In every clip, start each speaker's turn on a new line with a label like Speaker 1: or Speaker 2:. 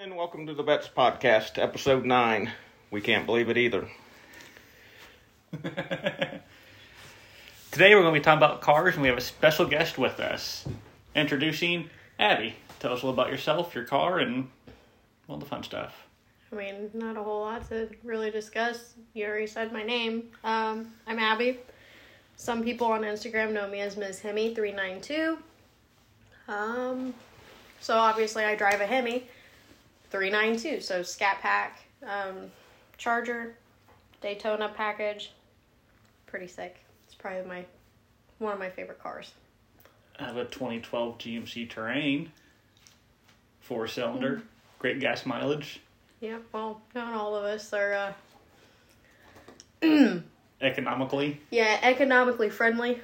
Speaker 1: and welcome to the Vets Podcast, episode nine. We can't believe it either.
Speaker 2: Today we're going to be talking about cars, and we have a special guest with us. Introducing Abby. Tell us a little about yourself, your car, and all the fun stuff.
Speaker 3: I mean, not a whole lot to really discuss. You already said my name. Um, I'm Abby. Some people on Instagram know me as Ms. Hemi392. Um, so obviously I drive a Hemi 392, so Scat Pack, um, Charger, Daytona package. Pretty sick. It's probably my one of my favorite cars.
Speaker 2: I have a 2012 GMC Terrain, four cylinder, great gas mileage,
Speaker 3: Yeah, well, not all of us are uh,
Speaker 2: economically.
Speaker 3: yeah, economically friendly.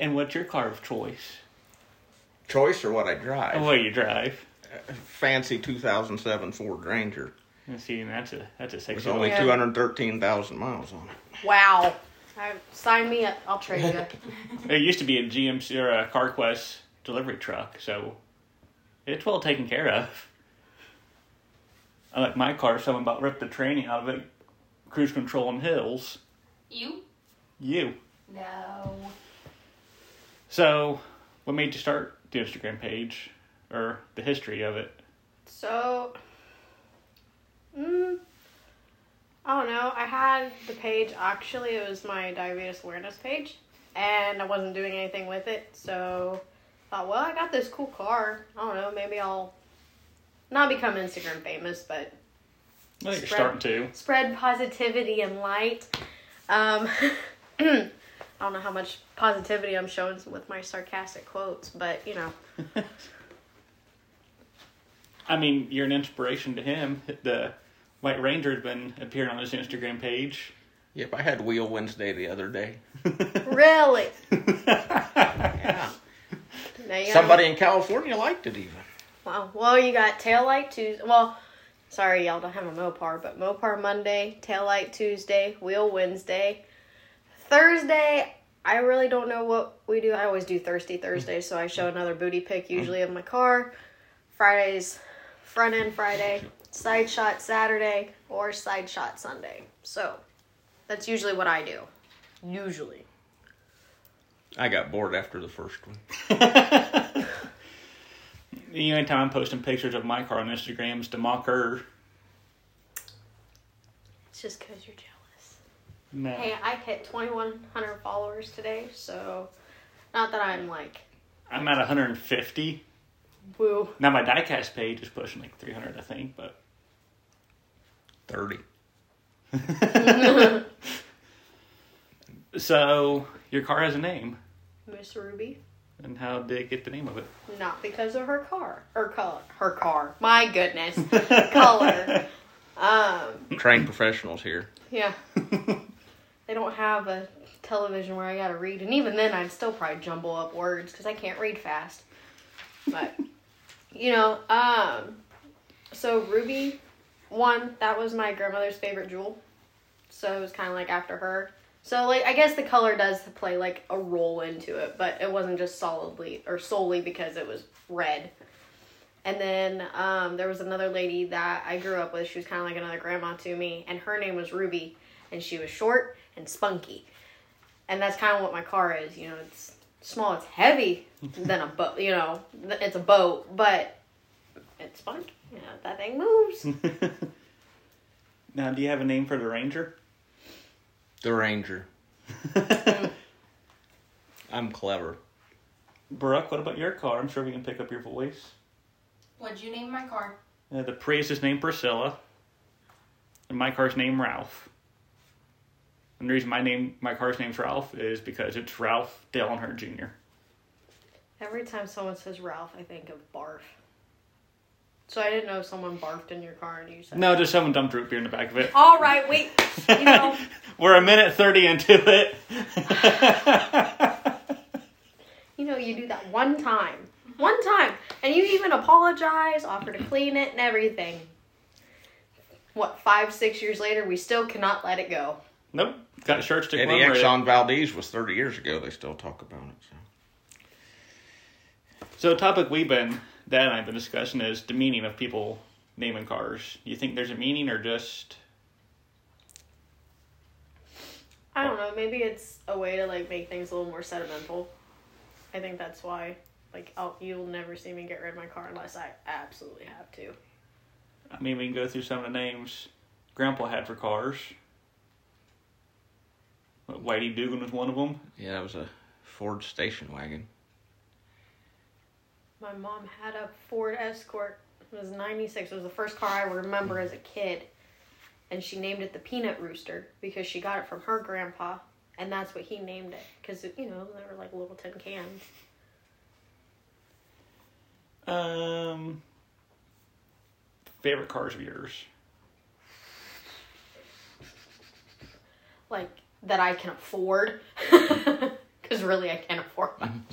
Speaker 2: And what's your car of choice?
Speaker 1: Choice or what I drive?
Speaker 2: Oh, What you drive?
Speaker 1: Fancy 2007 Ford Ranger.
Speaker 2: And see, and that's a that's a
Speaker 1: It's
Speaker 2: sexy.
Speaker 1: only
Speaker 3: Yeah.
Speaker 1: 213,000 miles on it.
Speaker 3: Wow. I, sign me up. I'll trade you.
Speaker 2: It used to be a GMC or a CarQuest delivery truck, so it's well taken care of. I like my car, someone about ripped the training out of it, cruise control and hills.
Speaker 4: You?
Speaker 2: You.
Speaker 4: No.
Speaker 2: So, what made you start the Instagram page or the history of it?
Speaker 3: So, mm, I don't know. I had the page actually. It was my diabetes awareness page, and I wasn't doing anything with it. So, I thought, well, I got this cool car. I don't know. Maybe I'll not become Instagram famous, but
Speaker 2: I think you're starting
Speaker 3: Spread.
Speaker 2: to.
Speaker 3: spread positivity and light. Um, I don't know how much positivity I'm showing with my sarcastic quotes, but you know,
Speaker 2: I mean, you're an inspiration to him. The White Ranger's been appearing on his Instagram page.
Speaker 1: Yep, I had Wheel Wednesday the other day.
Speaker 3: really.
Speaker 1: Yeah.
Speaker 3: Now you gotta-
Speaker 1: Somebody in California liked it even.
Speaker 3: Wow. Well, you got Taillight Tuesday. Well, sorry, y'all don't have a Mopar, but Mopar Monday, Taillight Tuesday, Wheel Wednesday. Thursday, I really don't know what we do. I always do Thirsty Thursday, so I show another booty pic usually of my car. Friday's front end Friday, side shot Saturday, or side shot Sunday. So that's usually what I do. Usually.
Speaker 1: I got bored after the first one.
Speaker 2: The only time I'm posting pictures of my car on Instagram is to mock her.
Speaker 3: It's just because you're jealous.
Speaker 2: No.
Speaker 3: Hey, I hit 2,100 followers today, so not that I'm like,
Speaker 2: I'm at 150.
Speaker 3: woo.
Speaker 2: Now my diecast page is pushing like 300, I think, but
Speaker 1: 30.
Speaker 2: so your car has a name,
Speaker 3: Miss Ruby,
Speaker 2: and how did it get the name of it?
Speaker 3: not because of her car, her color, her car. My goodness, color. Um,
Speaker 1: Trained professionals here.
Speaker 3: yeah. they don't have a television where I gotta read, and even then, I'd still probably jumble up words because I can't read fast. But you know, um, so Ruby, one that was my grandmother's favorite jewel, so it was kind of like after her. So like I guess the color does play like a role into it, but it wasn't just solidly or solely because it was red. And then um, there was another lady that I grew up with. She was kind of like another grandma to me, and her name was Ruby, and she was short and spunky, and that's kind of what my car is. You know, it's small, it's heavy than a boat. You know, th- it's a boat, but it's fun. You know, that thing moves.
Speaker 2: now, do you have a name for the Ranger?
Speaker 1: The Ranger. I'm clever.
Speaker 2: Barack, what about your car? I'm sure we can pick up your voice.
Speaker 4: What'd you name my car?
Speaker 2: Uh, the Prius is named Priscilla, and my car's named Ralph. And the reason my name, my car's name's Ralph, is because it's Ralph Dellenhart Jr.
Speaker 3: Every time someone says Ralph, I think of barf. So I didn't know if someone barfed in your car and you said
Speaker 2: No, just someone dumped root beer in the back of it.
Speaker 3: All right, wait. You know,
Speaker 2: We're a minute thirty into it.
Speaker 3: you know, you do that one time, one time, and you even apologize, offer to clean it, and everything. What five, six years later, we still cannot let it go.
Speaker 2: Nope, got shirts to
Speaker 1: Eddie
Speaker 2: commemorate it.
Speaker 1: Exxon Valdez was 30 years ago. They still talk about it. So.
Speaker 2: So, topic we've been Dad and I have been discussing is the meaning of people naming cars. Do you think there's a meaning or just
Speaker 3: I don't know. Maybe it's a way to like make things a little more sentimental. I think that's why. Like, I'll, you'll never see me get rid of my car unless I absolutely have to.
Speaker 2: I mean, we can go through some of the names Grandpa had for cars. What, Whitey Dugan was one of them.
Speaker 1: Yeah, that was a Ford station wagon.
Speaker 3: My mom had a Ford Escort. It was '96. It was the first car I remember as a kid, and she named it the Peanut Rooster because she got it from her grandpa, and that's what he named it. Because you know they were like little tin cans.
Speaker 2: Um, favorite cars of yours?
Speaker 3: like that I can afford. Because really, I can't afford them.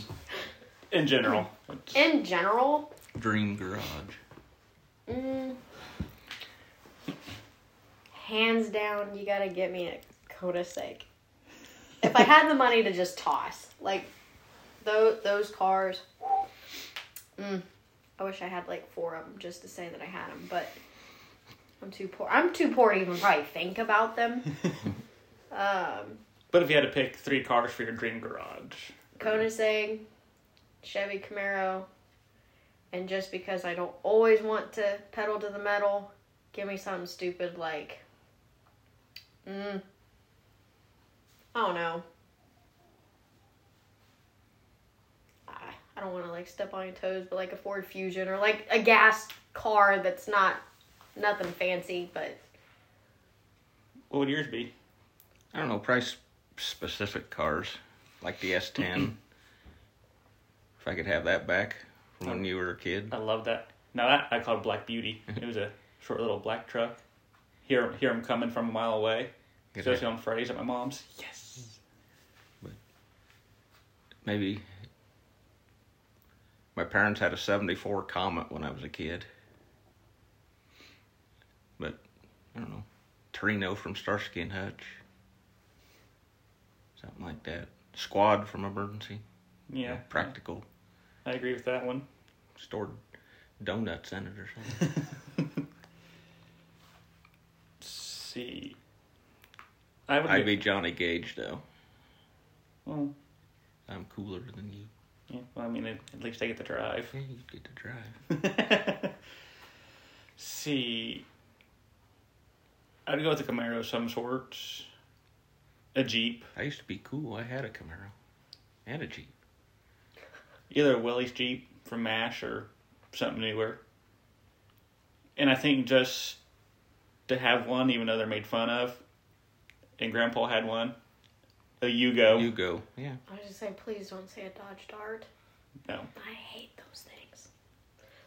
Speaker 2: In general. It's-
Speaker 3: In general,
Speaker 1: Dream garage.
Speaker 3: mm, hands down, you gotta get me a Koenigsegg. If I had the money to just toss, like those those cars, mm, I wish I had like four of them just to say that I had them, but. I'm too poor. I'm too poor to even probably think about them. um,
Speaker 2: But if you had to pick three cars for your dream garage,
Speaker 3: Koenigsegg, Chevy Camaro, and just because I don't always want to pedal to the metal, give me something stupid like, mm, I don't know. I, I don't want to like step on your toes, but like a Ford Fusion or like a gas car that's not nothing fancy, but
Speaker 2: what would yours be?
Speaker 1: I don't know, price specific cars like the S10. if I could have that back from when you were a kid.
Speaker 2: I love that. Now that I call it Black Beauty. It was a short little black truck. Hear hear 'em coming from a mile away,
Speaker 1: Get
Speaker 2: especially
Speaker 1: a-
Speaker 2: on Fridays at my mom's. Yes.
Speaker 1: Maybe my parents had a 74 Comet when I was a kid. But I don't know. Torino from Starsky and Hutch. Something like that. Squad from Emergency.
Speaker 2: Yeah,
Speaker 1: Practical.
Speaker 2: I agree with that one.
Speaker 1: Stored donuts in it or something.
Speaker 2: see. I would.
Speaker 1: I'd
Speaker 2: be.
Speaker 1: be Johnny Gage though.
Speaker 2: Well,
Speaker 1: I'm cooler than you.
Speaker 2: yeah, well, I mean, at, at least I get to drive.
Speaker 1: Yeah, you get to drive.
Speaker 2: see. I'd go with a Camaro of some sorts. A Jeep.
Speaker 1: I used to be cool. I had a Camaro and a Jeep.
Speaker 2: either a Willie's Jeep from MASH or something newer. And I think just to have one, even though they're made fun of, and Grandpa had one, a Yugo.
Speaker 1: You go. Yeah.
Speaker 3: I was just saying, please don't say a Dodge Dart.
Speaker 2: No.
Speaker 3: I hate those things.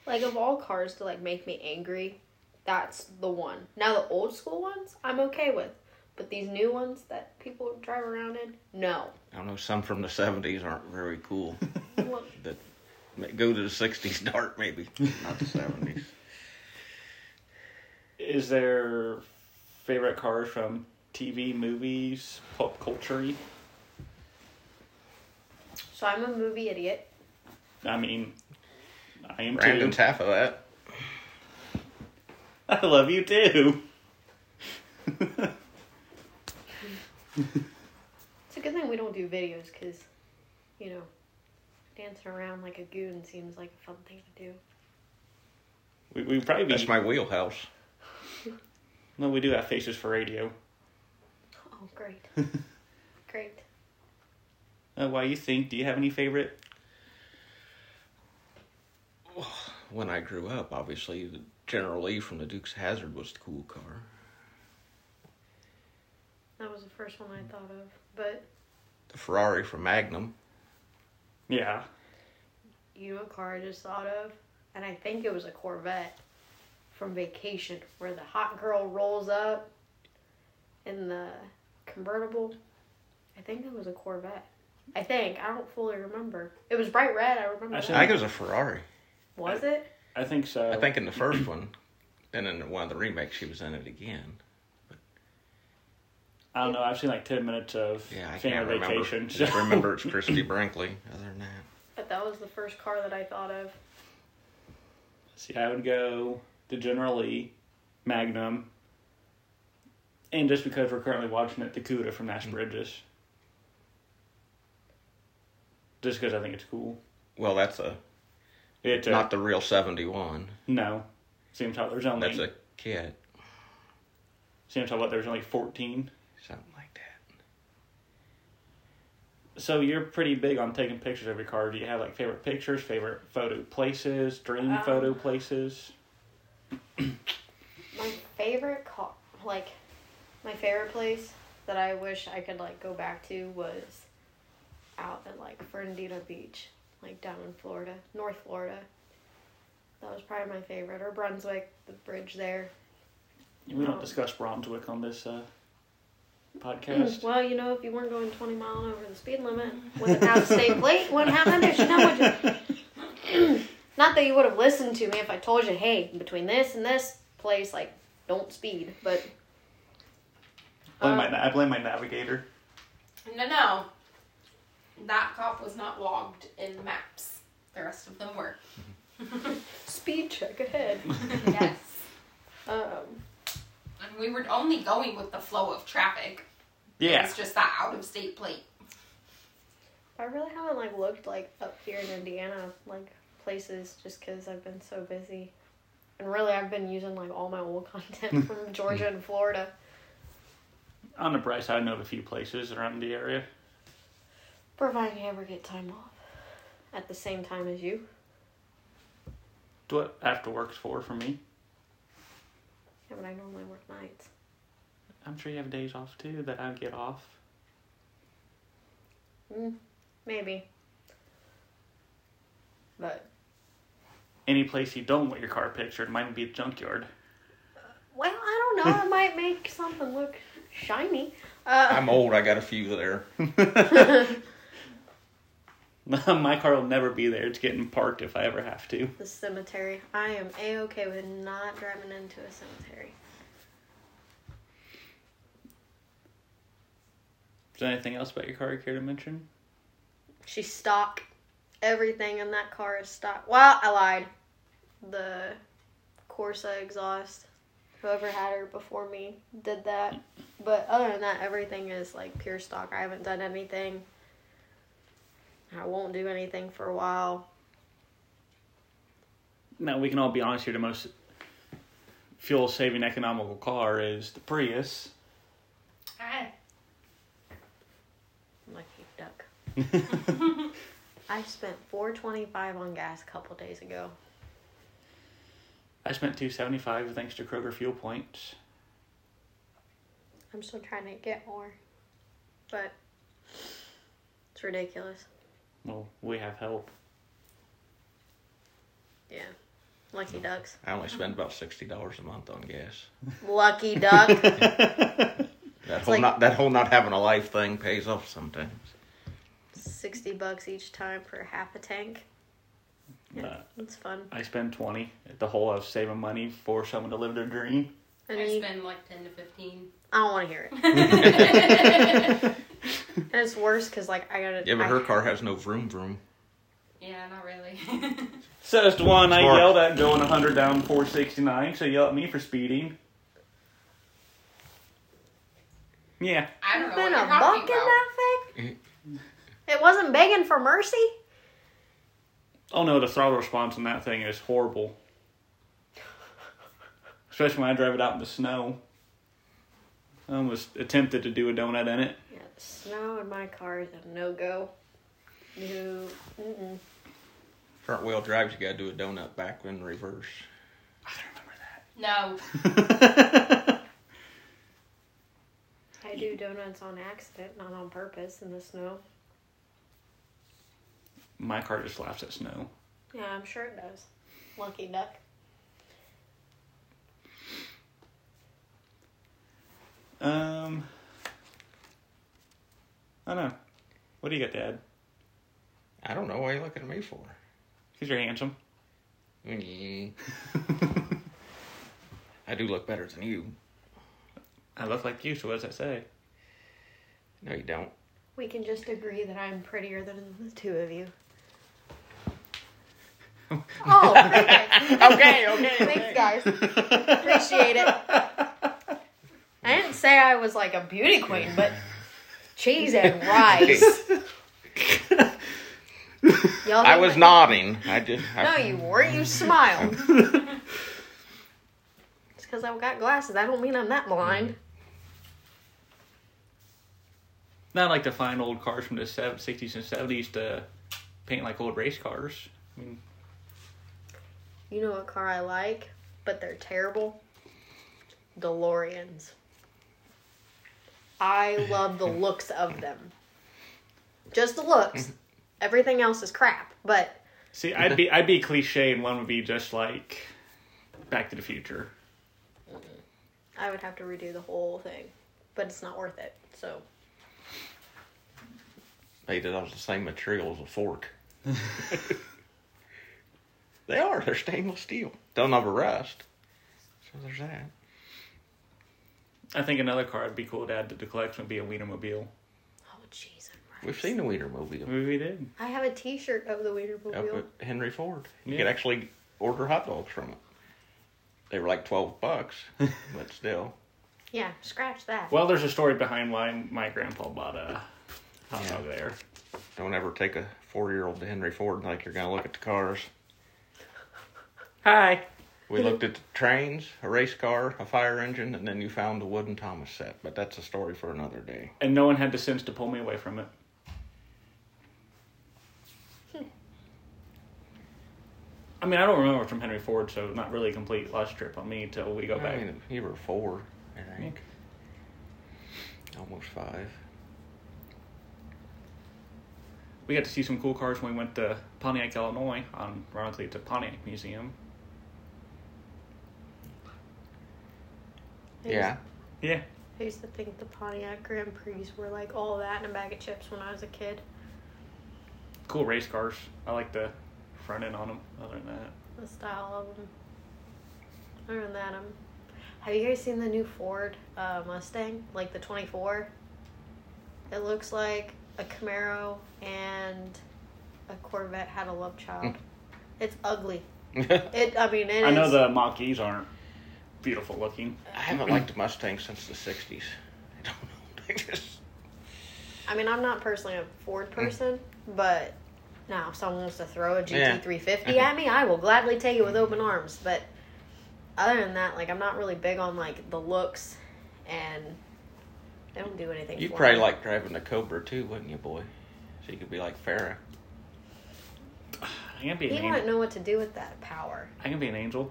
Speaker 3: Like of all cars to like make me angry, that's the one. Now the old school ones I'm okay with, but these new ones that people drive around in, no.
Speaker 1: I don't know. Some from the '70s aren't very cool.
Speaker 3: Look,
Speaker 1: that ma- go to the '60s dark, maybe not the '70s.
Speaker 2: Is there favorite cars from TV, movies, pop culture?
Speaker 3: so I'm a movie idiot.
Speaker 2: I mean, I am
Speaker 1: Brandon's
Speaker 2: too.
Speaker 1: half of that.
Speaker 2: I love you too.
Speaker 3: It's a good thing we don't do videos because, you know, dancing around like a goon seems like a fun thing to do.
Speaker 2: We we probably be,
Speaker 1: That's my wheelhouse.
Speaker 2: no. We do have faces for radio.
Speaker 3: Oh great, great.
Speaker 2: Uh, why you think? Do you have any favorite?
Speaker 1: When I grew up, obviously, the General Lee from the Dukes of Hazard was the cool car.
Speaker 3: That was the first one I thought of, but
Speaker 1: The Ferrari from Magnum.
Speaker 2: Yeah.
Speaker 3: you know a car I just thought of, and I think it was a Corvette from Vacation, where the hot girl rolls up in the convertible. I think it was a Corvette. I think I don't fully remember. It was bright red. I remember.
Speaker 2: I
Speaker 3: that.
Speaker 1: I think it was a Ferrari.
Speaker 3: was it?
Speaker 2: I think so.
Speaker 1: I think in the first one, and in one of the remakes, she was in it again.
Speaker 2: I don't know. I've seen like ten minutes of
Speaker 1: Yeah, I
Speaker 2: family
Speaker 1: can't remember.
Speaker 2: vacation.
Speaker 1: I
Speaker 2: so-
Speaker 1: just remember it's Christy Brinkley. Other than that,
Speaker 3: But that was the first car that I thought of.
Speaker 2: See, I would go the General Lee, Magnum, and just because we're currently watching it, the Cuda from
Speaker 1: Hmm.
Speaker 2: Nash Bridges. Just because I think it's cool.
Speaker 1: Well, that's a
Speaker 2: It's a,
Speaker 1: not the real seventy-one.
Speaker 2: no. Seems how there's only
Speaker 1: That's a kid,
Speaker 2: seems how what there's only fourteen.
Speaker 1: something like that.
Speaker 2: So you're pretty big on taking pictures of your car. Do you have like favorite pictures, favorite photo places, dream
Speaker 3: Um,
Speaker 2: photo places?
Speaker 3: My favorite car, like, my favorite place that I wish I could like go back to was out at like Fernandina Beach, like down in Florida, North Florida. That was probably my favorite, or Brunswick, the bridge there.
Speaker 2: We don't
Speaker 3: um,
Speaker 2: discuss Brunswick on this uh, podcast.
Speaker 3: Well, you know, if you weren't going 20 mile an hour over the speed limit with an out-of-state plate, wouldn't happen there. You know, would you? Not that you would have listened to me if I told you, hey, between this and this place, like, don't speed. But
Speaker 2: Blame
Speaker 3: um,
Speaker 2: my, I blame my navigator.
Speaker 4: No, no. That cop was not logged in maps. The rest of them were.
Speaker 3: speed check ahead.
Speaker 4: yes.
Speaker 3: Um,
Speaker 4: And we were only going with the flow of traffic.
Speaker 2: Yeah.
Speaker 4: It's just that out of state plate.
Speaker 3: I really haven't like looked like up here in Indiana, like places, just because I've been so busy. And really, I've been using like all my old content from Georgia and Florida.
Speaker 2: On the bright side, I know of a few places around the area.
Speaker 3: Providing I ever get time off at the same time as you.
Speaker 2: It's what after work's for for me.
Speaker 3: Yeah, but I normally work nights.
Speaker 2: I'm sure you have days off too that I get off.
Speaker 3: Mm, maybe. But
Speaker 2: Any place you don't want your car pictured might be a junkyard.
Speaker 3: well, I don't know. it might make something look shiny. Uh,
Speaker 1: I'm old. I got a few there.
Speaker 2: My car will never be there. It's getting parked if I ever have to.
Speaker 3: the cemetery. I am a okay with not driving into a cemetery.
Speaker 2: Is there anything else about your car you care to mention?
Speaker 3: She's stock. Everything in that car is stock. Well, I lied. The Corsa exhaust. Whoever had her before me did that. But other than that, everything is like pure stock. I haven't done anything. I won't do anything for a while.
Speaker 2: Now we can all be honest here. The most fuel saving economical car is the Prius.
Speaker 4: Hi.
Speaker 3: Lucky duck. I spent four twenty five on gas a couple days ago.
Speaker 2: I spent two seventy five thanks to Kroger fuel points.
Speaker 3: I'm still trying to get more, but it's ridiculous.
Speaker 2: Well, we have help.
Speaker 3: Yeah, lucky ducks.
Speaker 1: I only spend about sixty dollars a month on gas.
Speaker 3: Lucky duck.
Speaker 1: That whole
Speaker 3: like-
Speaker 1: not that whole not having a life thing pays off sometimes.
Speaker 3: Sixty bucks each time for half a tank. Yeah,
Speaker 2: Uh,
Speaker 3: it's fun.
Speaker 2: I spend twenty. The whole of saving money for someone to live their dream.
Speaker 3: I
Speaker 4: I
Speaker 3: mean,
Speaker 4: spend like 10 to 15.
Speaker 3: I don't want to hear it. And it's worse because like I gotta.
Speaker 1: Yeah, but
Speaker 3: I-
Speaker 1: her car has no vroom vroom.
Speaker 4: Yeah, not really.
Speaker 2: Says the one I
Speaker 1: Smart.
Speaker 2: yelled at going 100 down 469, so yell at me for speeding. Yeah.
Speaker 4: I don't
Speaker 3: There's
Speaker 4: know
Speaker 3: been a
Speaker 4: what you're
Speaker 3: buck
Speaker 4: talking
Speaker 3: in
Speaker 4: about.
Speaker 3: that thing. It wasn't begging for mercy.
Speaker 2: Oh no, the throttle response on that thing is horrible. Especially when I drive it out in the snow. I almost attempted to do a donut in it.
Speaker 3: Yeah, the snow in my car is a no go. No, mm-mm.
Speaker 1: Front wheel drives, you gotta do a donut back in reverse.
Speaker 4: No.
Speaker 3: I do donuts on accident, not on purpose, in the snow.
Speaker 2: My car just laughs at snow.
Speaker 3: Yeah, I'm sure it does. Lucky duck.
Speaker 2: Um. I don't know. What do you got, Dad?
Speaker 1: I don't know why you're looking at me for.
Speaker 2: Because you're handsome.
Speaker 1: I do look better than you.
Speaker 2: I look like you, so what does that say?
Speaker 1: No, you don't.
Speaker 3: We can just agree that I'm prettier than the two of you. Oh, perfect.
Speaker 1: okay, okay.
Speaker 3: Thanks, guys. Appreciate it. I didn't say I was like a beauty queen, but cheese and rice. Y'all
Speaker 1: I
Speaker 3: think
Speaker 1: was
Speaker 3: my-
Speaker 1: nodding. I just. I,
Speaker 3: No, you weren't. You smiled. Just because I've got glasses, I don't mean I'm that blind.
Speaker 2: Not like to find old cars from the sev- 60s and 70s to paint like old race cars. I mean,
Speaker 3: You know what car I like, but they're terrible? DeLoreans. I love the looks of them. Just the looks. Everything else is crap, but
Speaker 2: see, I'd be I'd be cliche, and one would be just like Back to the Future.
Speaker 3: I would have to redo the whole thing. But it's not worth it. So
Speaker 1: Hey, that was the same material as a fork. they are. They're stainless steel. They'll never rust. So there's that.
Speaker 2: I think another car would be cool to add to the collection would be a Wienermobile.
Speaker 3: Oh jeez I'm
Speaker 1: We've seen the Wienermobile.
Speaker 2: Maybe we did.
Speaker 3: I have a t shirt of the
Speaker 1: Up
Speaker 3: Wienermobile.
Speaker 1: at Henry Ford. You
Speaker 2: Yeah.
Speaker 1: could actually order hot dogs from it. They were like 12 bucks, but still.
Speaker 3: Yeah, scratch that.
Speaker 2: Well, there's a story behind why my grandpa bought a hot dog there.
Speaker 1: Don't ever take a four year old to Henry Ford and think you're going to look at the cars.
Speaker 2: Hi.
Speaker 1: We looked at the trains, a race car, a fire engine, and then you found the Wood and Thomas set. But that's a story for another day.
Speaker 2: And no one had the sense to pull me away from it. I mean, I don't remember from Henry Ford, so not really a complete lost trip on me till we go
Speaker 1: I
Speaker 2: back.
Speaker 1: mean, you were four, I think. Almost five.
Speaker 2: We got to see some cool cars when we went to Pontiac, Illinois, on ironically the Pontiac Museum.
Speaker 3: I used-
Speaker 1: Yeah.
Speaker 2: Yeah,
Speaker 3: I used to think the Pontiac Grand Prix were like all that and a bag of chips when I was a kid.
Speaker 2: cool race cars. I like the front end on them. Other than that,
Speaker 3: the style of them. Other than that, I'm. Have you guys seen the new Ford uh, Mustang, like the 24? It looks like a Camaro and a Corvette had a love child. it's ugly. It. I mean, it is
Speaker 2: I know the Mach E's aren't beautiful looking.
Speaker 1: I haven't liked Mustangs since the 60s. I don't know. They just.
Speaker 3: I mean, I'm not personally a Ford
Speaker 1: Mm.
Speaker 3: person, but now if someone wants to throw a
Speaker 1: Yeah.
Speaker 3: GT350 at me, I will gladly take it with open arms. But other than that, like I'm not really big on like the looks, and they don't do anything.
Speaker 1: You'd
Speaker 3: for
Speaker 1: probably
Speaker 3: me.
Speaker 1: like driving the Cobra too, wouldn't you, boy? So you could be like Farrah.
Speaker 2: I can be
Speaker 3: He
Speaker 2: an
Speaker 3: wouldn't
Speaker 2: angel.
Speaker 3: know what to do with that power.
Speaker 2: I can be an angel.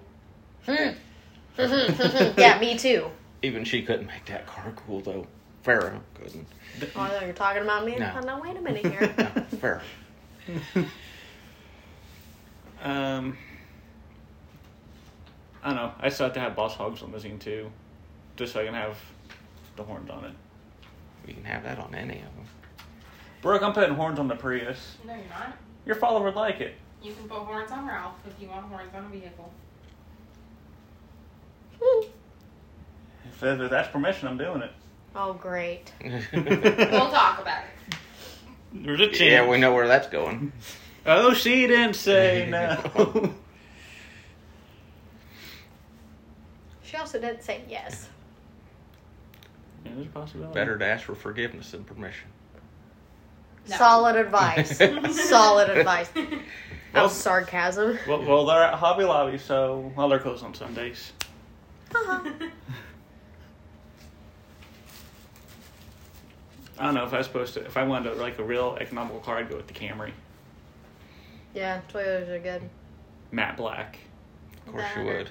Speaker 3: yeah, me too.
Speaker 1: Even she couldn't make that car cool, though. Farrah couldn't.
Speaker 3: Oh, I thought you were talking about me.
Speaker 1: No.
Speaker 3: I'm not. Wait a minute here.
Speaker 1: No, Farrah.
Speaker 2: Um, I don't know. I still have to have Boss Hogs limousine too, just so I can have the horns on it.
Speaker 1: You can have that on any of them.
Speaker 2: Brooke, I'm putting horns on the Prius.
Speaker 4: No, you're not.
Speaker 2: Your father would like it.
Speaker 4: You can put horns on Ralph if you want horns on a vehicle.
Speaker 2: If that- if that's permission, I'm doing it.
Speaker 3: oh, great.
Speaker 4: We'll talk about it.
Speaker 2: There's a chance.
Speaker 1: yeah, we know where that's going.
Speaker 2: Oh, she didn't say no.
Speaker 3: She also didn't say yes.
Speaker 2: yeah, there's a possibility.
Speaker 1: Better to ask for forgiveness than permission.
Speaker 4: No.
Speaker 3: Solid advice. Solid advice. That
Speaker 2: Well-
Speaker 3: was sarcasm.
Speaker 2: Well, well, they're at Hobby Lobby, so well, they're closed on Sundays. I don't know if I was supposed to. If I wanted like a real economical car, I'd go with the Camry,
Speaker 3: Yeah, Toyotas are good.
Speaker 2: matte black.
Speaker 1: Of course you
Speaker 3: Better.
Speaker 1: would.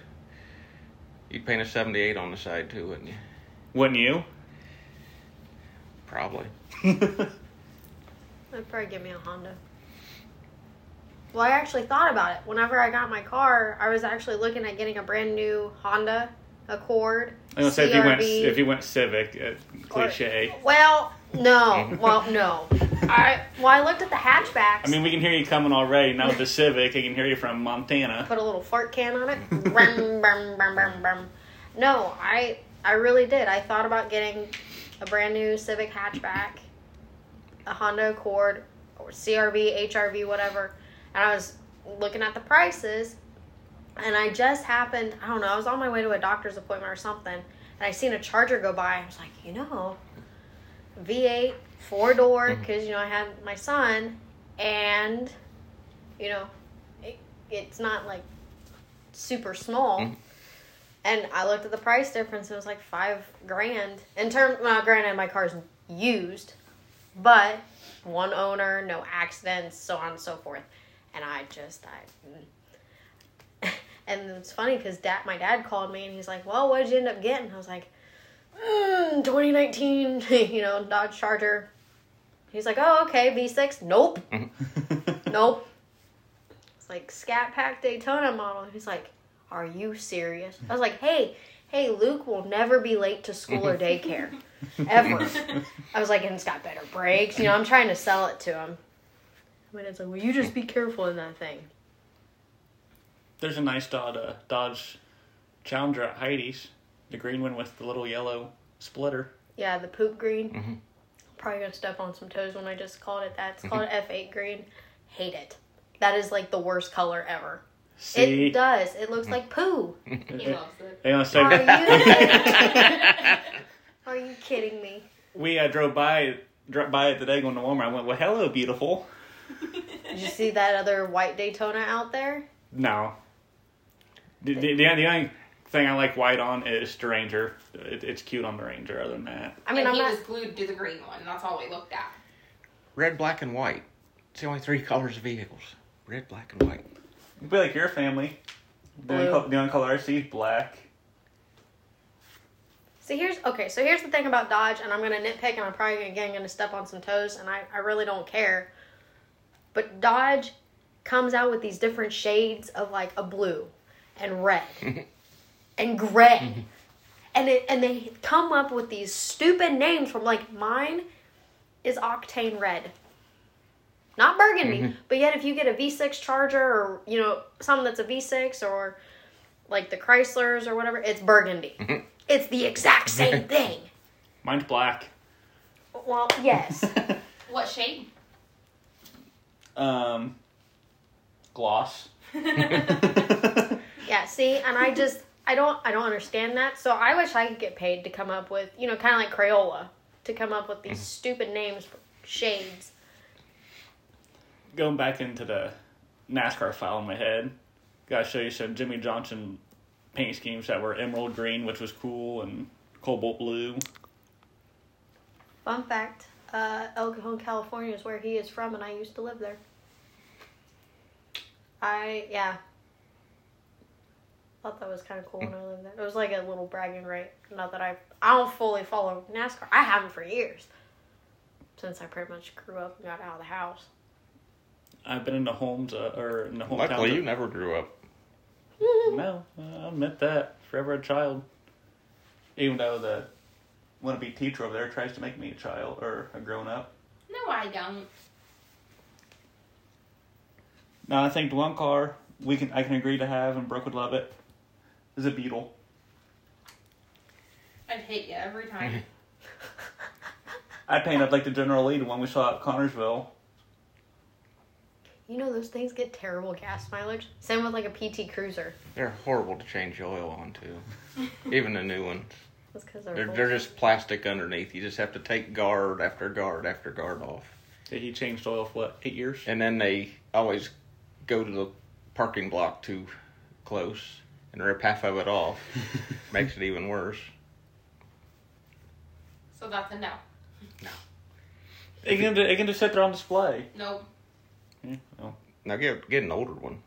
Speaker 1: You'd paint a 78 on the side too, wouldn't you?
Speaker 2: Wouldn't you?
Speaker 1: Probably.
Speaker 3: That'd probably give me a Honda. Well, I actually thought about it. Whenever I got my car, I was actually looking at getting a brand new Honda Accord.
Speaker 2: I was gonna say if you went
Speaker 3: CRV.
Speaker 2: if you went civic, uh,
Speaker 3: or-
Speaker 2: cliche.
Speaker 3: Well, no. Well, no. I well, I looked at the hatchbacks.
Speaker 2: I mean, we can hear you coming already. Now with the civic, I can hear you from Montana.
Speaker 3: put a little fart can on it. Brum, brum, brum, brum, brum. No, I I really did. I thought about getting a brand new Civic hatchback, a Honda Accord, or CRV, HRV, whatever. And I was looking at the prices, and I just happened, I don't know, I was on my way to a doctor's appointment or something, and I seen a charger go by. I was like, you know, V8, four door, because, you know, I had my son, and, you know, it, it's not like super small. And I looked at the price difference, and it was like five grand. In terms, well, granted, my car's used, but one owner, no accidents, so on and so forth. And I just, I, mm. and it's funny because dad, my dad called me and he's like, "Well, what did you end up getting?" I was like, mm, "2019, you know, Dodge Charger." He's like, "Oh, okay, V6." Nope, nope. It's like Scat Pack Daytona model. He's like, "Are you serious?" I was like, "Hey." Hey, Luke will never be late to school or daycare. Ever. I was like, and it's got better brakes. You know, I'm trying to sell it to him. But it's like, well, you just be careful in that thing.
Speaker 2: There's a nice Dodge, uh, Dodge Challenger at Heidi's, the green one with the little yellow splitter.
Speaker 3: Yeah, the poop green. Probably gonna step on some toes when I just called it that. It's called F8 green. Hate it. That is like the worst color ever.
Speaker 2: See,
Speaker 3: It does. It looks like poo.
Speaker 4: He loves it.
Speaker 2: they almost
Speaker 3: Are
Speaker 2: said
Speaker 3: you? Are you kidding me?
Speaker 2: we uh, drove by drove by it today going to Walmart. I went, well, hello, beautiful.
Speaker 3: Did you see that other white Daytona out there?
Speaker 2: No. The, the, the, the only thing I like white on is the Ranger. It, it's cute on the Ranger. Other than that,
Speaker 3: I mean,
Speaker 4: and
Speaker 3: I'm
Speaker 4: he
Speaker 3: not.
Speaker 4: was glued to the green one. That's all we looked at.
Speaker 1: Red, black, and white. It's the only three colors of vehicles. Red, black, and white.
Speaker 2: it'd be like your family. The only,
Speaker 3: Blue.
Speaker 2: col- the only color I see is black.
Speaker 3: See, here's okay. So here's the thing about Dodge, and I'm gonna nitpick, and I'm probably again gonna step on some toes, and I, I really don't care. But Dodge comes out with these different shades of like a blue, and red, and gray, and it and they come up with these stupid names from like mine is octane red. Not burgundy, but yet if you get a V6 Charger or you know something that's a V6 or like the Chryslers or whatever, it's burgundy. It's the exact same thing.
Speaker 2: Mine's black.
Speaker 3: Well, yes.
Speaker 4: What shade?
Speaker 2: Um, gloss.
Speaker 3: Yeah, see, and I just I don't I don't understand that. So I wish I could get paid to come up with, you know, kind of like Crayola, to come up with these stupid names for shades.
Speaker 2: Going back into the NASCAR file in my head, gotta show you some Jimmy Johnson paint schemes that were emerald green, which was cool, and cobalt blue.
Speaker 3: Fun fact, uh El Cajon, California is where he is from and I used to live there. I yeah. Thought that was kind of cool when I lived there. It was like a little bragging right. Not that I I don't fully follow NASCAR. I haven't for years. Since I pretty much grew up and got out of the house.
Speaker 2: I've been in the homes uh, or in the hometowns.
Speaker 1: Luckily,
Speaker 2: of-
Speaker 1: you never grew up.
Speaker 2: No, I admit that. Forever a child. Even though the wannabe teacher over there tries to make me a child or a grown up.
Speaker 4: No, I don't.
Speaker 2: Now I think the one car we can I can agree to have and Brooke would love it is a Beetle.
Speaker 4: I'd hate you every time.
Speaker 2: I painted like the General Lee, the one we saw at Connorsville.
Speaker 3: You know those things get terrible gas mileage. Same with like a PT Cruiser.
Speaker 1: They're horrible to change the oil on to. Even the new ones.
Speaker 3: That's because they're,
Speaker 1: They're,
Speaker 3: full.
Speaker 1: they're just plastic underneath. You just have to take guard after guard after guard off.
Speaker 2: that He changed oil for what, eight years?
Speaker 1: And then they always go to the parking block too close and rip half of it off. Makes it even worse.
Speaker 4: So that's a no.
Speaker 2: It can, it can just sit there on display.
Speaker 4: Nope.
Speaker 2: Yeah, well,
Speaker 1: Now get get an older one.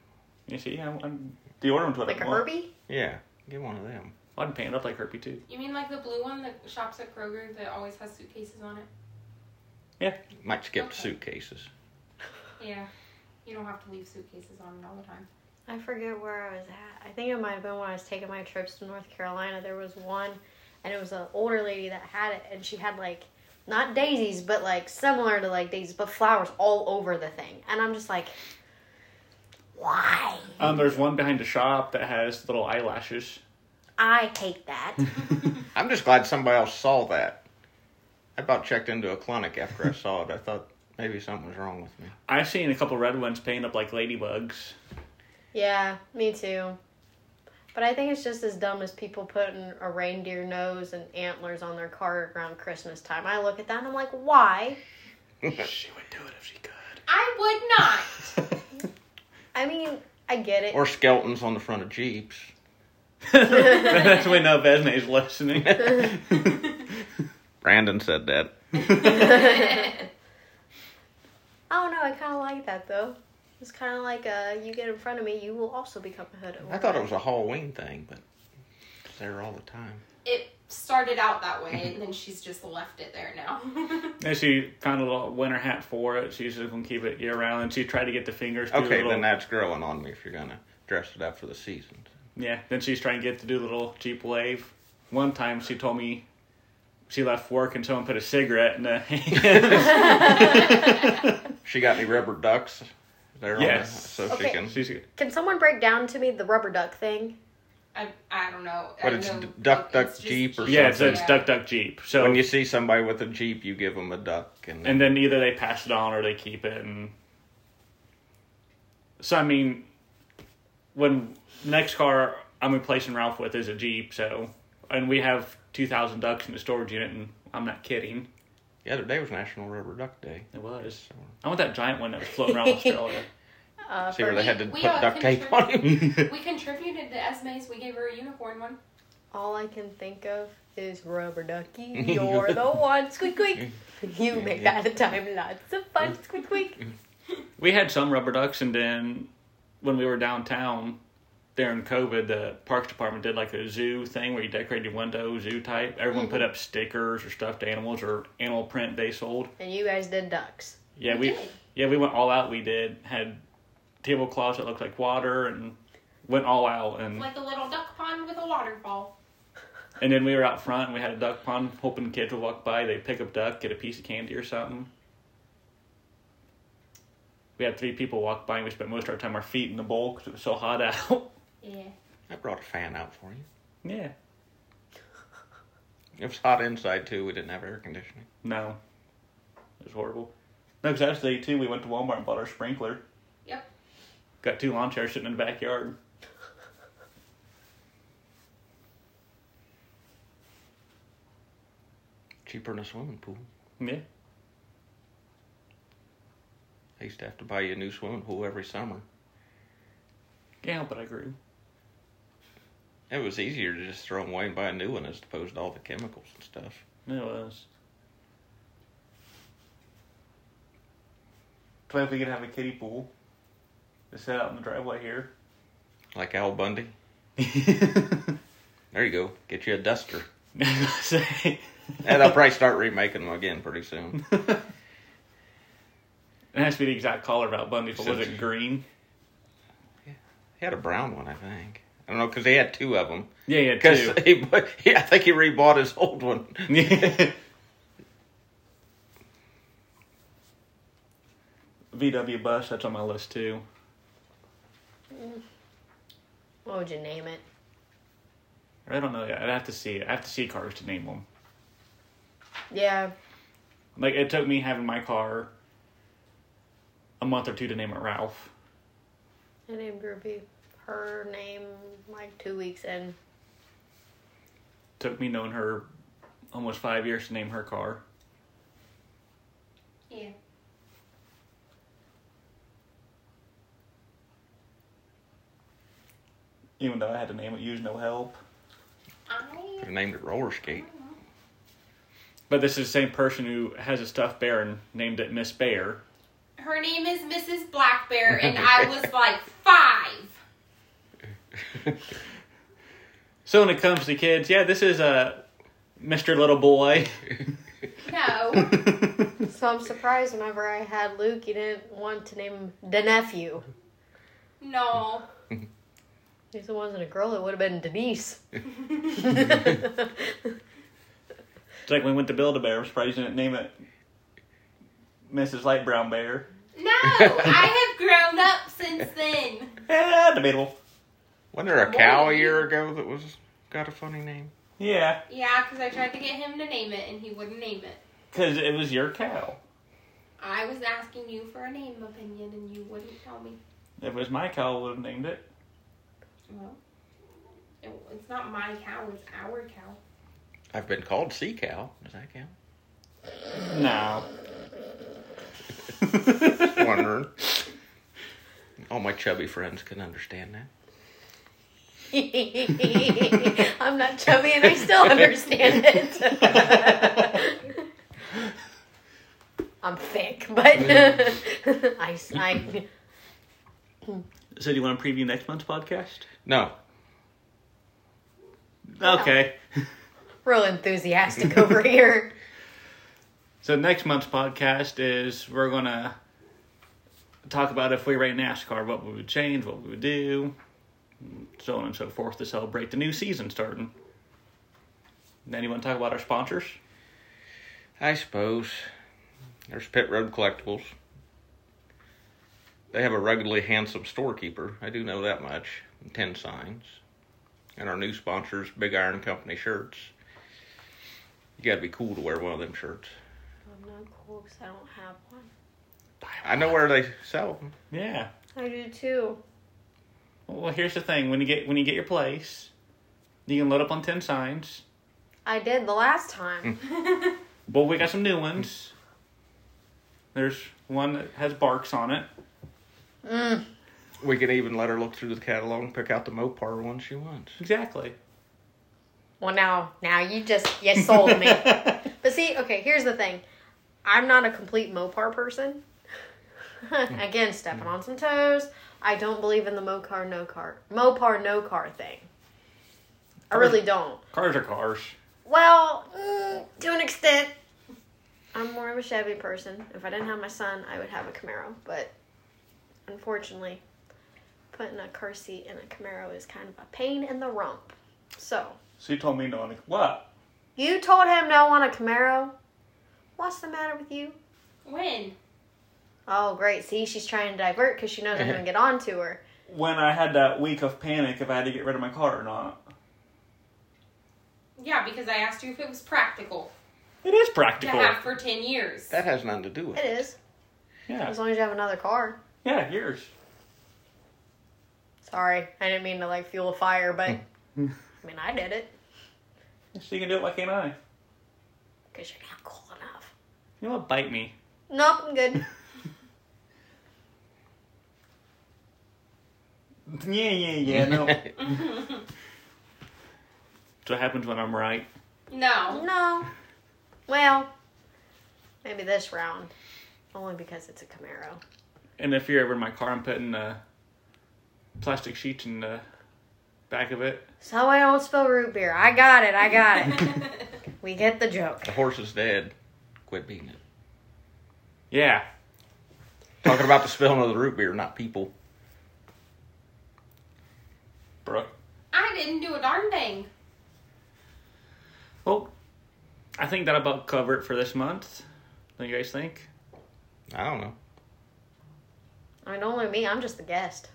Speaker 2: you see, I'm, I'm, the order one's what
Speaker 3: like a
Speaker 2: I want.
Speaker 3: Herbie.
Speaker 1: Yeah, get one of them.
Speaker 2: I'd paint it up like Herbie too.
Speaker 4: You mean like the blue one that shops at Kroger that always has suitcases on it?
Speaker 1: Might skip
Speaker 4: Okay.
Speaker 1: suitcases.
Speaker 4: Yeah. You don't have to leave suitcases on it all the time.
Speaker 3: I forget where I was at. I think it might have been when I was taking my trips to North Carolina. There was one, and it was an older lady that had it, and she had like not daisies, but like similar to like daisies, but flowers all over the thing. And I'm just like, why?
Speaker 2: Um, there's one behind the shop that has little eyelashes.
Speaker 3: I hate that.
Speaker 1: I'm just glad somebody else saw that. I about checked into a clinic after I saw it. I thought Maybe something was wrong with me.
Speaker 2: I've seen a couple red ones paint up like ladybugs.
Speaker 3: Yeah, me too. But I think it's just as dumb as people putting a reindeer nose and antlers on their car around Christmas time. I look at that and I'm like, why?
Speaker 2: she would do it if she could.
Speaker 4: I would not.
Speaker 3: I mean, I get it.
Speaker 1: Or skeletons on the front of Jeeps.
Speaker 2: That's when no Vesme's listening.
Speaker 1: Brandon said that.
Speaker 3: oh no, I kind of like that though. It's kind of like uh, you get in front of me, you will also become a hood.
Speaker 1: I thought it was a Halloween thing, but it's there all the time.
Speaker 4: it started out that way, and then she's just left it there now.
Speaker 2: and she found a little winter hat for it. She's just gonna keep it year round, and she tried to get the fingers. to do
Speaker 1: Okay,
Speaker 2: little,
Speaker 1: then that's growing on me if you're gonna dress it up for the season.
Speaker 2: Yeah, then she's trying to get to do the little Jeep wave. One time she told me she left work and someone put a cigarette in the
Speaker 1: She got any rubber ducks there
Speaker 2: Yes.
Speaker 1: on the, so
Speaker 3: Okay.
Speaker 1: she can
Speaker 2: She's
Speaker 3: Can someone break down to me the rubber duck thing?
Speaker 4: I, I don't know.
Speaker 1: But
Speaker 4: I
Speaker 1: it's
Speaker 4: know
Speaker 1: d- duck, duck,
Speaker 4: it's just
Speaker 1: Jeep or
Speaker 2: yeah, it's,
Speaker 1: something.
Speaker 2: it's Duck Duck Jeep. So
Speaker 1: when you see somebody with a Jeep you give them a duck and,
Speaker 2: and then either they pass it on or they keep it and so i mean when next car i'm replacing ralph with is a jeep so and we have 2000 ducks in the storage unit and i'm not kidding
Speaker 1: the other day was National Rubber Duck Day.
Speaker 2: it was i want that giant one that was floating around australia
Speaker 3: Uh,
Speaker 1: See where
Speaker 3: for
Speaker 1: they had to
Speaker 4: We-
Speaker 1: put
Speaker 4: we are
Speaker 1: duct tape on him.
Speaker 4: We contributed to Esme's. We gave her a unicorn one.
Speaker 3: all I can think of is rubber ducky. You're the one, squeak squeak. You make that a time lots of fun, squeak squeak.
Speaker 2: we had some rubber ducks and then when we were downtown during covid the parks department did like a zoo thing where you decorated your window zoo type everyone put up stickers or stuffed animals or animal print they sold
Speaker 3: And you guys did ducks.
Speaker 2: Yeah,
Speaker 4: We
Speaker 2: we
Speaker 4: did.
Speaker 2: yeah we went all out. We did had tablecloths that looked like water and went all out and
Speaker 4: Like a little duck pond with a waterfall.
Speaker 2: and then we were out front and we had a duck pond hoping kids would walk by they pick up duck get a piece of candy or something. We had three people walk by and we spent most of our time our feet in the bowl because it was so hot out.
Speaker 4: Yeah.
Speaker 1: I brought a fan out for you.
Speaker 2: yeah,
Speaker 1: It was hot inside too. We didn't have air conditioning.
Speaker 2: no, it was horrible. No, because that's the day too. We went to Walmart and bought our sprinkler.
Speaker 4: Yep.
Speaker 2: Got two lawn chairs sitting in the backyard.
Speaker 1: Cheaper than a swimming pool.
Speaker 2: Yeah,
Speaker 1: I used to have to buy you a new swimming pool every summer.
Speaker 2: yeah, but I grew.
Speaker 1: It was easier to just throw them away and buy a new one as opposed to all the chemicals and stuff.
Speaker 2: It was. What if we could have a kiddie pool? Just set out in the driveway here.
Speaker 1: Like Al Bundy.
Speaker 2: I
Speaker 1: There you go. Get you a duster.
Speaker 2: was gonna say.
Speaker 1: And I'll probably start remaking them again pretty soon.
Speaker 2: It has to be the exact color about Bundy, but was it green?
Speaker 1: He had a brown one, I think. I don't know because he had two of them.
Speaker 2: Yeah, yeah,
Speaker 1: Because
Speaker 2: too.
Speaker 1: he, bu- he, I think he rebought his old one.
Speaker 2: VW bus, that's on my list too.
Speaker 3: What would you name it?
Speaker 2: I don't know yet. I'd have to see it. I have to see cars to name them.
Speaker 3: Yeah,
Speaker 2: Like it took me having my car a month or two to name it Ralph.
Speaker 3: I named Ruby her name like two weeks in.
Speaker 2: Took me knowing her almost five years to name her car.
Speaker 4: Yeah.
Speaker 2: Even though I had to name it Use No Help.
Speaker 1: Could
Speaker 4: I.
Speaker 1: have named it roller skate.
Speaker 2: But this is the same person who has a stuffed bear and named it Miss Bear.
Speaker 4: Her name is Mrs. Black Bear, and I was like five.
Speaker 2: So when it comes to kids, yeah, this is a Mr. Little Boy.
Speaker 4: No.
Speaker 3: So I'm surprised whenever I had Luke, you didn't want to name him the nephew.
Speaker 4: No.
Speaker 3: If it wasn't a girl, it would have been Denise.
Speaker 2: It's like when we went to Build a Bear, I'm surprised you didn't name it Mrs. Light Brown Bear.
Speaker 4: No. I have grown up since then.
Speaker 2: Yeah, debatable.
Speaker 1: Wasn't there a cow a year ago that was got a funny name?
Speaker 2: Yeah,
Speaker 4: Yeah, because I tried to get him to name it, and he wouldn't name it.
Speaker 2: because it was your cow.
Speaker 4: I was asking you for a name opinion and you wouldn't tell me.
Speaker 2: If it was my cow, I would have named it.
Speaker 4: Well, it, it's not my cow, it's our cow.
Speaker 1: I've been called sea cow. Does that count?
Speaker 2: No.
Speaker 1: Wondering. All my chubby friends can understand that.
Speaker 3: I'm not chubby and I still understand it. I'm thick, but I, I
Speaker 2: So do you want to preview next month's podcast?
Speaker 1: No,
Speaker 2: Okay.
Speaker 3: real enthusiastic over here.
Speaker 2: So next month's podcast is we're gonna talk about if we ran NASCAR, what we would change, what we would do, so on and so forth to celebrate the new season starting. Then you want to talk about our sponsors?
Speaker 1: I suppose. There's Pit Road Collectibles. They have a ruggedly handsome storekeeper. I do know that much. And Ten signs. And our new sponsors, Big Iron Company shirts. You gotta be cool to wear one of them shirts.
Speaker 3: I'm not cool because I don't have one.
Speaker 1: I know where they sell them.
Speaker 2: Yeah.
Speaker 3: I do too.
Speaker 2: Well, here's the thing: when you get when you get your place, you can load up on ten signs.
Speaker 3: I did the last time.
Speaker 2: Well, we got some new ones. There's one that has barks on it.
Speaker 3: Mm.
Speaker 1: We can even let her look through the catalog and pick out the Mopar one she wants.
Speaker 2: Exactly.
Speaker 3: Well, now, now you just you sold me. But see, okay, here's the thing. I'm not a complete Mopar person. Again, stepping on some toes. I don't believe in the Mopar no car Mopar no car thing. I really don't.
Speaker 2: Cars are cars.
Speaker 3: Well, mm, to an extent, I'm more of a Chevy person. If I didn't have my son, I would have a Camaro. But unfortunately, putting a car seat in a Camaro is kind of a pain in the rump. So
Speaker 2: So you told me no. Like, what?
Speaker 3: you told him no on a Camaro. What's the matter with you?
Speaker 4: When?
Speaker 3: Oh, great. See, she's trying to divert because she knows I'm going to get on to her.
Speaker 2: When I had that week of panic, if I had to get rid of my car or not.
Speaker 4: Yeah, because I asked you if it was practical
Speaker 2: It is
Speaker 4: to
Speaker 2: practical.
Speaker 4: have for 10 years.
Speaker 1: That has nothing to do with
Speaker 3: It
Speaker 1: it.
Speaker 3: is.
Speaker 2: Yeah.
Speaker 3: As long as you have another car.
Speaker 2: Yeah. Yours.
Speaker 3: Sorry, I didn't mean to like fuel a fire, but I mean, I did it
Speaker 2: So you can do it. Why can't I?
Speaker 3: because you're not cool enough.
Speaker 2: You know what? Bite me.
Speaker 3: Nope, I'm good.
Speaker 2: Yeah. Yeah. Yeah. No. That's what happens when I'm right.
Speaker 4: No.
Speaker 3: no. Well, maybe this round. Only because it's a Camaro.
Speaker 2: And if you're ever in my car, I'm putting uh, plastic sheets in the back of it.
Speaker 3: So I don't spill root beer. I got it, I got it. we get the joke.
Speaker 1: the horse is dead. Quit beating it.
Speaker 2: Yeah.
Speaker 1: Talking about the spilling of the root beer, not people.
Speaker 2: Brooke.
Speaker 4: I didn't do a darn thing.
Speaker 2: Well, I think that about cover it for this month. Don't you guys think?
Speaker 1: I don't know.
Speaker 3: I mean, only me, I'm just the guest.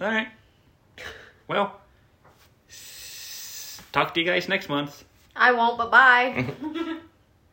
Speaker 2: All right. Well, s- talk to you guys next month.
Speaker 3: I won't, but bye.